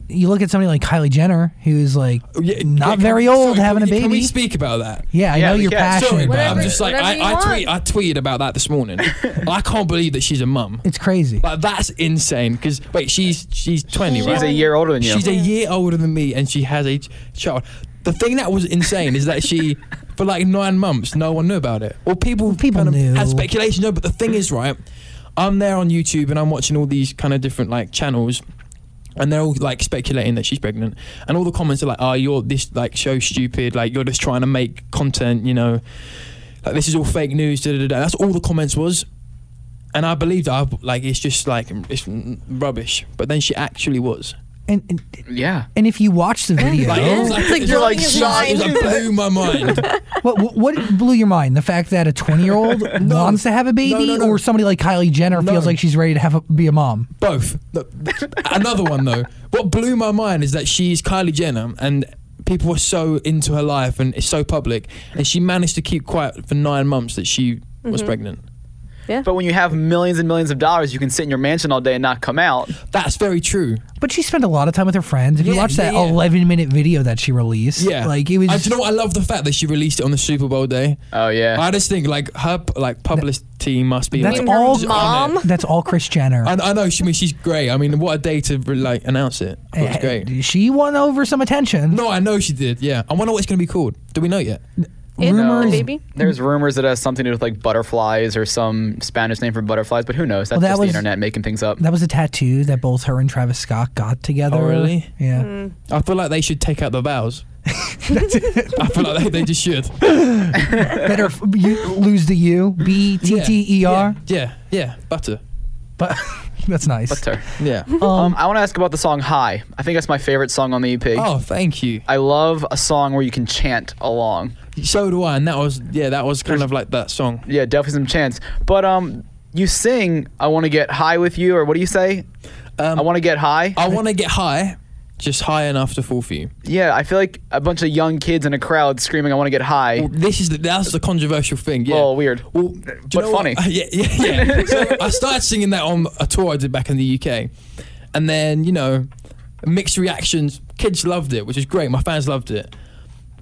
Speaker 4: You look at somebody like Kylie Jenner, who's like
Speaker 5: Oh, Yeah,
Speaker 4: not
Speaker 5: yeah,
Speaker 4: very
Speaker 5: can-
Speaker 4: old,
Speaker 5: sorry,
Speaker 4: having a
Speaker 5: can we- Can we
Speaker 4: baby.
Speaker 5: speak about that?
Speaker 4: Yeah, I
Speaker 6: Yeah,
Speaker 4: know
Speaker 6: we
Speaker 4: you're
Speaker 6: can. Sorry,
Speaker 4: passionate
Speaker 5: Sorry, but
Speaker 4: about
Speaker 5: I'm
Speaker 1: Whatever-
Speaker 4: it.
Speaker 5: just like
Speaker 1: whatever you
Speaker 5: I, I,
Speaker 1: want.
Speaker 5: tweet, I tweeted about that this morning. I can't believe that she's a mum.
Speaker 4: It's crazy.
Speaker 5: Like that's insane. Because wait, she's she's 20,
Speaker 6: She's
Speaker 5: right?
Speaker 6: a year older than you.
Speaker 5: She's a year older than me, and she has a ch- child. The thing that was insane is that she, for like nine months, no one knew about it. Well, people
Speaker 4: People
Speaker 5: kind of
Speaker 4: knew.
Speaker 5: had speculation. No, but the thing is, right? I'm there on YouTube and I'm watching all these kind of different like channels. And they're all like speculating that she's pregnant, and all the comments are like, "Oh, you're this like so stupid. Like you're just trying to make content. You know, like this is all fake news." Da, da, da, da. That's all the comments was and I believed I like it's just like it's rubbish. But then she actually was.
Speaker 4: And, and
Speaker 6: Yeah.
Speaker 4: and if you watch the video,
Speaker 5: Like, it was
Speaker 1: It's like
Speaker 5: it was
Speaker 1: you're
Speaker 6: like
Speaker 5: shocked. It was like, blew my mind.
Speaker 4: What, what what blew your mind? The fact that a twenty year old wants to have a baby,
Speaker 5: no, no.
Speaker 4: or somebody like Kylie Jenner feels
Speaker 5: No.
Speaker 4: like she's ready to have a, be a mom.
Speaker 5: Both. Look, Another one though. What blew my mind is that she's Kylie Jenner and people were so into her
Speaker 1: Mm-hmm.
Speaker 5: life and it's so public and she managed to keep quiet for nine months that she was pregnant.
Speaker 1: Yeah.
Speaker 6: But when you have millions and millions of dollars, you can sit in your mansion all day and not come out.
Speaker 5: That's very true.
Speaker 4: But she spent a lot of time with her friends. If you
Speaker 5: Yeah,
Speaker 4: watch that
Speaker 5: yeah, yeah.
Speaker 4: 11 minute video that she released,
Speaker 5: Yeah,
Speaker 4: like it was.
Speaker 5: I, do you know what? I love the fact that she released it on the Super Bowl day.
Speaker 6: Oh, yeah.
Speaker 5: I just think like her p- like publicity must be.
Speaker 4: that's
Speaker 5: like,
Speaker 1: her
Speaker 4: all.
Speaker 5: just on
Speaker 1: mom?
Speaker 5: it.
Speaker 4: That's all Chris Jenner.
Speaker 5: I, I know. She, I mean, she's great. I mean, what a day to re- like announce it. I thought It was great.
Speaker 4: She won over some attention.
Speaker 5: No, I know she did. Yeah, I wonder what it's going to be called. Do we know yet?
Speaker 1: It,
Speaker 6: No.
Speaker 1: the baby.
Speaker 6: There's rumors that it has something to do with like butterflies or some Spanish name for butterflies, but who knows? That's
Speaker 4: Well, that
Speaker 6: just
Speaker 4: was-
Speaker 6: the internet making things up.
Speaker 4: That was a tattoo that both her and Travis Scott got together.
Speaker 5: Oh, really?
Speaker 4: Yeah.
Speaker 5: I feel like they should take out the vowels. I feel like they, they just should.
Speaker 4: Better f- you lose the U. B T T E R.
Speaker 5: Yeah, yeah, butter.
Speaker 4: But that's nice.
Speaker 6: That's her.
Speaker 5: Yeah.
Speaker 6: Um, I want to ask about the song High. I think that's my favorite song on the EP.
Speaker 5: Oh, thank you.
Speaker 6: I love a song where you can chant along.
Speaker 5: So do I, and that was yeah, that was kind of like that song.
Speaker 6: Yeah, definitely some chants. But um, you sing "I want to get high with you," or what do you say?
Speaker 5: Um,
Speaker 6: I want to get high.
Speaker 5: I want to get high, just high enough to fall for you.
Speaker 6: yeah, I feel like a bunch of young kids in a crowd screaming, "I want to get high."
Speaker 5: Well, this is the, that's the controversial thing. Yeah.
Speaker 6: Oh, weird.
Speaker 5: Well, do you
Speaker 6: But
Speaker 5: know what?
Speaker 6: funny.
Speaker 5: yeah, yeah, yeah. so I started singing that on a tour I did back in the UK, and then you know, mixed reactions. Kids loved it, which is great. My fans loved it.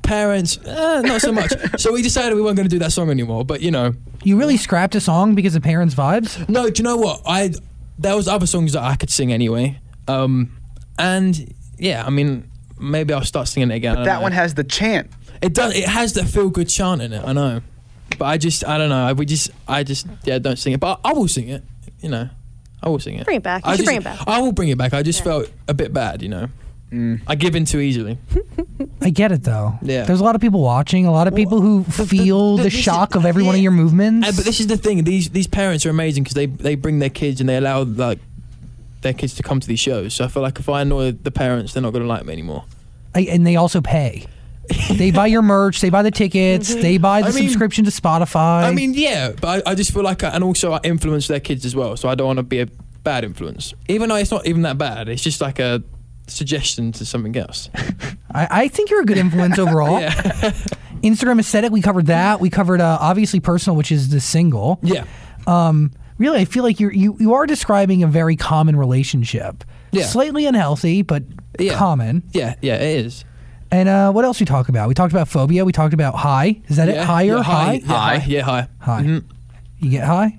Speaker 5: Parents, eh, not so much. so we decided we weren't going to do that song anymore. But you know,
Speaker 4: You really scrapped a song because of parents' vibes?
Speaker 5: No, do you know what? I there was other songs that I could sing anyway, um, and yeah, I mean maybe I'll start singing it again. I don't
Speaker 6: that
Speaker 5: know.
Speaker 6: one has the chant.
Speaker 5: it does it has that feel good chant in it. I know, but I just I don't know. I, we just I just yeah don't sing it, but I, I will sing it. You know, I will sing it.
Speaker 1: Bring it back. You
Speaker 5: I
Speaker 1: should
Speaker 5: just-
Speaker 1: bring it back.
Speaker 5: I will bring it back. I just felt a bit bad, you know. I give in too easily.
Speaker 4: I get it though.
Speaker 5: Yeah.
Speaker 4: There's a lot of people watching, a lot of people who feel the,
Speaker 5: this is-
Speaker 4: shock of every one of
Speaker 5: yeah.
Speaker 4: your movements.
Speaker 5: Uh, but this is the thing; these these parents are amazing because they they bring their kids and they allow like their kids to come to these shows. So I feel like if I annoy the parents, they're not going to like me anymore.
Speaker 4: I, and they also pay. they buy your merch, they buy the tickets, they buy the
Speaker 5: Mm-hmm. I mean-
Speaker 4: subscription to Spotify.
Speaker 5: I mean, yeah, but I, I just feel like, I, and also I influence their kids as well, so I don't want to be a bad influence. Even though it's not even that bad, it's just like a suggestion to something else.
Speaker 4: I, I think you're a good influence overall. Instagram aesthetic, we covered that. We covered uh, obviously personal, which is the single.
Speaker 5: Yeah,
Speaker 4: Um, really, I feel like you're, you you are describing a very common relationship.
Speaker 5: Yeah.
Speaker 4: Slightly unhealthy, but
Speaker 5: Yeah.
Speaker 4: common.
Speaker 5: yeah, yeah, it is.
Speaker 4: And uh, what else we talk about? We talked about phobia. We talked about high. Is that
Speaker 5: yeah.
Speaker 4: it? Higher,
Speaker 5: yeah,
Speaker 4: high,
Speaker 5: Yeah, high. Yeah, high.
Speaker 4: high. You get high,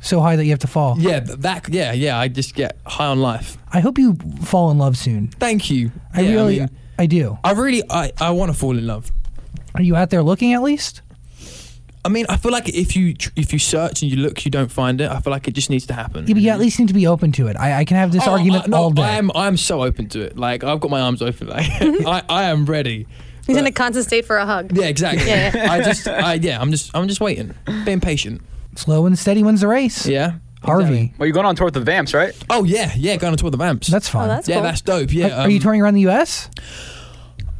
Speaker 4: so high that you have to fall.
Speaker 5: Yeah, th- that. Yeah, yeah. I just get high on life.
Speaker 4: I hope you fall in love soon.
Speaker 5: Thank you.
Speaker 4: I
Speaker 5: Yeah,
Speaker 4: really, I,
Speaker 5: mean,
Speaker 4: do.
Speaker 5: I really, I, I want to fall in love.
Speaker 4: Are you out there looking at least?
Speaker 5: I mean, I feel like if you tr- if you search and you look, you don't find it. I feel like it just needs to happen.
Speaker 4: Yeah, but you at least need to be open to it. I, I can have this
Speaker 5: Mm-hmm. Oh,
Speaker 4: argument
Speaker 5: I, no,
Speaker 4: all day.
Speaker 5: I am I am so open to it. Like I've got my arms open. Like I, I am ready.
Speaker 1: He's in
Speaker 5: But-
Speaker 1: a constant state for a hug.
Speaker 5: Yeah, exactly.
Speaker 1: Yeah,
Speaker 5: I just, I, yeah, I'm just, I'm just waiting, being patient.
Speaker 4: Slow and steady wins the race.
Speaker 5: Yeah,
Speaker 4: Harvey,
Speaker 5: Exactly.
Speaker 6: Well, you're going on tour with the Vamps, right?
Speaker 5: Oh yeah, yeah, going on tour with the Vamps.
Speaker 4: that's fine.
Speaker 1: Oh, that's
Speaker 5: yeah,
Speaker 1: cool.
Speaker 5: that's dope. Yeah,
Speaker 4: Are- Are you
Speaker 5: um,
Speaker 4: touring around the U.S.?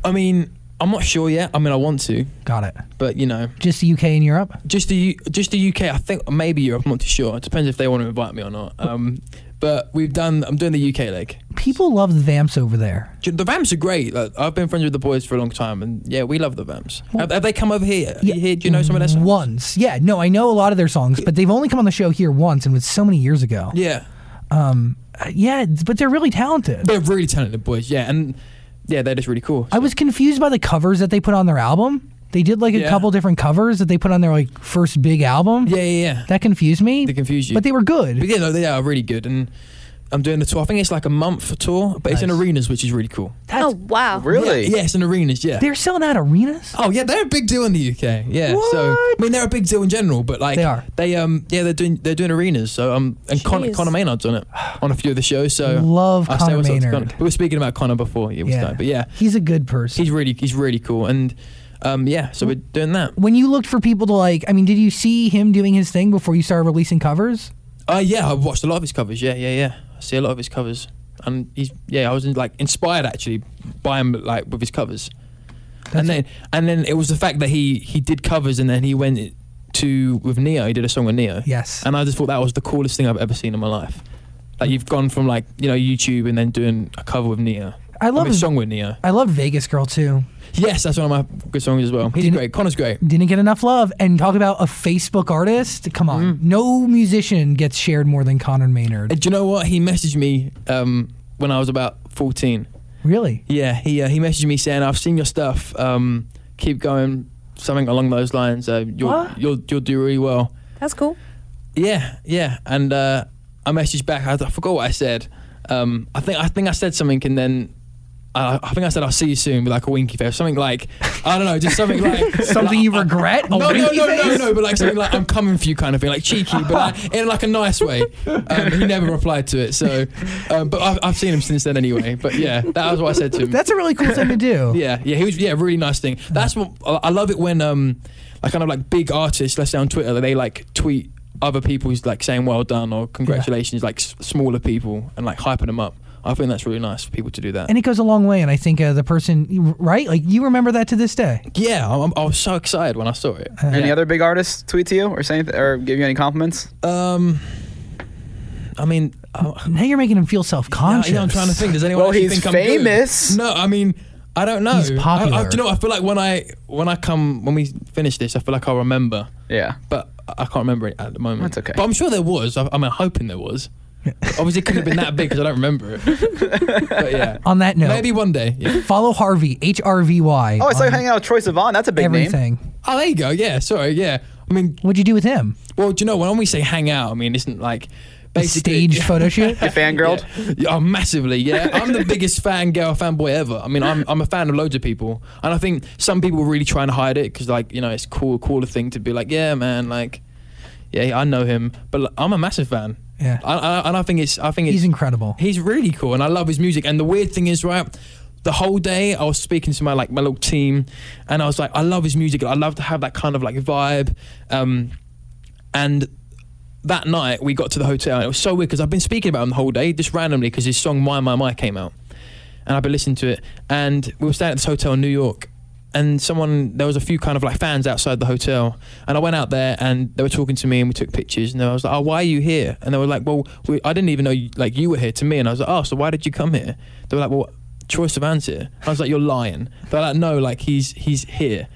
Speaker 5: I mean, I'm not sure yet. I mean, I want to,
Speaker 4: Got it.
Speaker 5: but you know,
Speaker 4: Just the U.K. and Europe.
Speaker 5: just the U- just the UK. I think maybe Europe. I'm not too sure. It depends if they want to invite me or not. Um, but we've done. I'm doing the UK leg.
Speaker 4: People love the Vamps over there.
Speaker 5: Ju- The Vamps are great. Like, I've been friends with the boys for a long time, and yeah, we love the Vamps. Have, have they come over here? You here? Do you know some of their songs?
Speaker 4: Once, yeah, no, I know a lot of their songs, but they've only come on the show here once, and it was so many years ago.
Speaker 5: Yeah,
Speaker 4: Uh, yeah, it's- but they're really talented.
Speaker 5: they're really talented boys. Yeah, and yeah, they're just really cool.
Speaker 4: I was confused by the covers that they put on their album. They did like a
Speaker 5: Yeah.
Speaker 4: couple different covers that they put on their like first big album.
Speaker 5: yeah, yeah, yeah.
Speaker 4: That confused me.
Speaker 5: They confused you.
Speaker 4: But they were good.
Speaker 5: But yeah, no, they are really good. And I'm doing the tour. I think it's like a month tour, but it's in
Speaker 4: Nice.
Speaker 5: arenas, which is really cool.
Speaker 1: Oh wow.
Speaker 6: Really?
Speaker 5: Yeah, it's in arenas. Yeah.
Speaker 4: They're selling out arenas?
Speaker 5: oh yeah, they're a big deal in the UK. Yeah. So I mean, they're a big deal in general, but like
Speaker 4: They are.
Speaker 5: They um yeah they're doing they're doing arenas. So um and Con-
Speaker 1: Jeez.
Speaker 5: Connor Maynard's on it on a few of the shows. So
Speaker 4: Love
Speaker 5: I say
Speaker 4: Connor
Speaker 5: what's up to
Speaker 4: Maynard.
Speaker 5: Connor. We were speaking about Connor before. Yeah. We started, but yeah,
Speaker 4: He's a good person.
Speaker 5: he's really he's really cool and. Um, yeah, so we're doing that.
Speaker 4: when you looked for people to like, I mean, did you see him doing his thing before you started releasing covers?
Speaker 5: Uh, yeah, I've watched a lot of his covers. Yeah, yeah, yeah. I see a lot of his covers, and he's yeah. I was in, like inspired actually by him like with his covers, and then and then it was the fact that he he did covers, and then he went to with Neo. He did a song with Neo.
Speaker 4: Yes.
Speaker 5: and I just thought that was the coolest thing I've ever seen in my life. Like you've gone from like you know YouTube and then doing a cover with Neo.
Speaker 4: I love
Speaker 5: I mean, song with Neo.
Speaker 4: I love Vegas Girl too.
Speaker 5: Yes, that's one of my good songs as well. He's
Speaker 4: Didn't-
Speaker 5: great. Connor's great.
Speaker 4: Didn't get enough love. And talk about a Facebook artist. Come
Speaker 5: Mm.
Speaker 4: on, no musician gets shared more than Connor
Speaker 5: Uh,
Speaker 4: Maynard.
Speaker 5: Do you know what? He messaged me um, when I was about 14.
Speaker 4: Really?
Speaker 5: Yeah, he uh, he messaged me saying, "I've seen your stuff. Um, keep going, something along those lines. Uh, you'll,
Speaker 4: What?
Speaker 5: you'll you'll do really well."
Speaker 1: That's cool.
Speaker 5: Yeah, yeah. And uh, I messaged back. I, I forgot what I said. Um, I think I think I said something, and then I, I think I said I'll see you soon with like a winky face, something like I don't know, just something like
Speaker 4: Something you regret? A
Speaker 5: No, no,
Speaker 4: winky
Speaker 5: no, no,
Speaker 4: face?
Speaker 5: no, but like something like I'm coming for you kind of thing, like cheeky, but like, in like a nice way. Um, he never replied to it, so. Um, but I've, I've seen him since then anyway. But yeah, that was what I said to him.
Speaker 4: That's a really cool thing to do.
Speaker 5: Yeah, yeah, he was yeah, really nice thing. That's what I I love it when um, like kind of like big artists, let's say on Twitter, they like tweet other people's like saying well done or congratulations, like s- smaller people and like hyping them up. I think that's really nice for people to do that.
Speaker 4: And it goes a long way. And I think uh, the person, right? Like you remember that to this day.
Speaker 5: yeah, I, I was so excited when I saw it.
Speaker 4: Uh,
Speaker 6: Any other big artists tweet to you or say anything, or give you any compliments?
Speaker 5: Um, I mean, I,
Speaker 4: Now you're making him feel self
Speaker 5: yeah,
Speaker 4: conscious.
Speaker 5: Oh. yeah, I'm trying to think. Does anyone
Speaker 6: Well,
Speaker 5: actually
Speaker 6: he's
Speaker 5: think
Speaker 6: famous.
Speaker 5: I'm good? No, I mean, I don't know.
Speaker 4: He's
Speaker 5: I, I,
Speaker 4: popular.
Speaker 5: do you know, what? I feel like when I when I come when we finish this, I feel like I'll remember.
Speaker 6: Yeah.
Speaker 5: but I I can't remember it at the moment.
Speaker 6: That's okay.
Speaker 5: But I'm sure there was. I, I mean, I'm hoping there was. Obviously, it couldn't have been that big because I don't remember it. but yeah.
Speaker 4: On that note,
Speaker 5: Maybe one day. Yeah.
Speaker 4: follow Harvey, H R V Y.
Speaker 6: Oh, I saw you
Speaker 4: on
Speaker 6: hanging out with Troy Sivan. That's a big name.
Speaker 4: Everything.
Speaker 5: Oh, there you go. Yeah. Sorry. Yeah. I mean,
Speaker 4: What'd you do with him?
Speaker 5: well, do you know when we say hang out? I mean, isn't like
Speaker 4: A
Speaker 5: basically
Speaker 4: Stage photo shoot?
Speaker 6: You fangirled?
Speaker 5: Yeah, oh, massively. Yeah, I'm the biggest fangirl, fanboy ever. I mean, I'm, I'm a fan of loads of people, and I think some people really try and hide it because, like, you know, it's cool, cooler thing to be like, yeah, man, like, yeah, I know him, but like, I'm a massive fan.
Speaker 4: Yeah.
Speaker 5: I, I, and I think it's, I think it's,
Speaker 4: He's incredible.
Speaker 5: He's really cool, and I love his music. And the weird thing is, right, the whole day I was speaking to my like my little team, and I was like, I love his music. I love to have that kind of like vibe. Um, and that night we got to the hotel, and it was so weird because I've been speaking about him the whole day, just randomly, because his song "My My My" came out, and I've been listening to it. And we were staying at this hotel in New York. And someone, there was a few kind of like fans outside the hotel, and I went out there and they were talking to me and we took pictures. And I was like, "Oh, why are you here?" And they were like, "Well, we, I didn't even know you, like you were here." To me, and I was like, "Oh, so why did you come here?" They were like, "Well, Troy Sivan's here." I was like, "You're lying." They're like, "No, like he's he's here."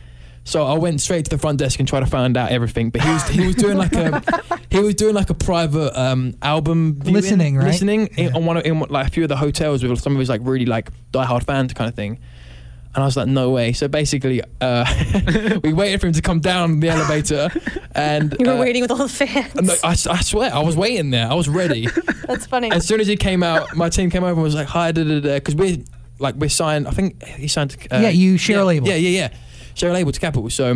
Speaker 5: So I went straight to the front desk and tried to find out everything. But he was he was doing like a he was doing like a private um, album viewing,
Speaker 4: Listening, right?
Speaker 5: Listening in, on one of, in like a few of the hotels with some of his like really like diehard fans kind of thing. And I was like, no way. So basically, uh, we waited for him to come down the elevator, and
Speaker 1: You were
Speaker 5: uh,
Speaker 1: waiting with all the fans.
Speaker 5: no, I, s- I swear, I was waiting there. I was ready.
Speaker 1: That's funny.
Speaker 5: as soon as he came out, my team came over and was like, "Hi, da da da," because we like we're signed. I think he signed. To, uh,
Speaker 4: Yeah, you share a
Speaker 5: yeah,
Speaker 4: label.
Speaker 5: Yeah, yeah, yeah. Share a label to Capital. So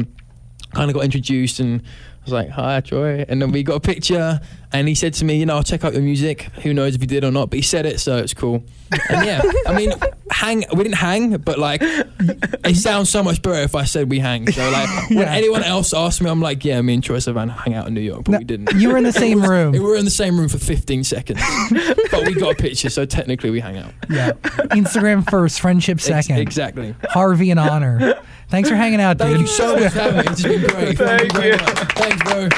Speaker 5: kind of got introduced and I was like, "Hi, Troy," and then we got a picture. And he said to me, "You know, I'll check out your music. Who knows if you did or not?" But he said it, so it's cool. And yeah, I mean, hang. We didn't hang, but like, it sounds so much better if I said we hang. So like, when
Speaker 4: Yeah.
Speaker 5: anyone else asks me, I'm like, "Yeah, me and Troy Sivan hang out in New York, but we didn't."
Speaker 4: You were in the same
Speaker 5: We
Speaker 4: room.
Speaker 5: were in the same room for 15 seconds, but we got a picture, so technically we hang out.
Speaker 4: Yeah. Instagram first, friendship
Speaker 5: Ex-
Speaker 4: second.
Speaker 5: exactly.
Speaker 4: Harvey and Honor. Thanks for hanging out, dude.
Speaker 5: Thank you so much for having me. It's been great.
Speaker 6: Thank
Speaker 5: very
Speaker 6: you.
Speaker 5: much. Thanks, bro.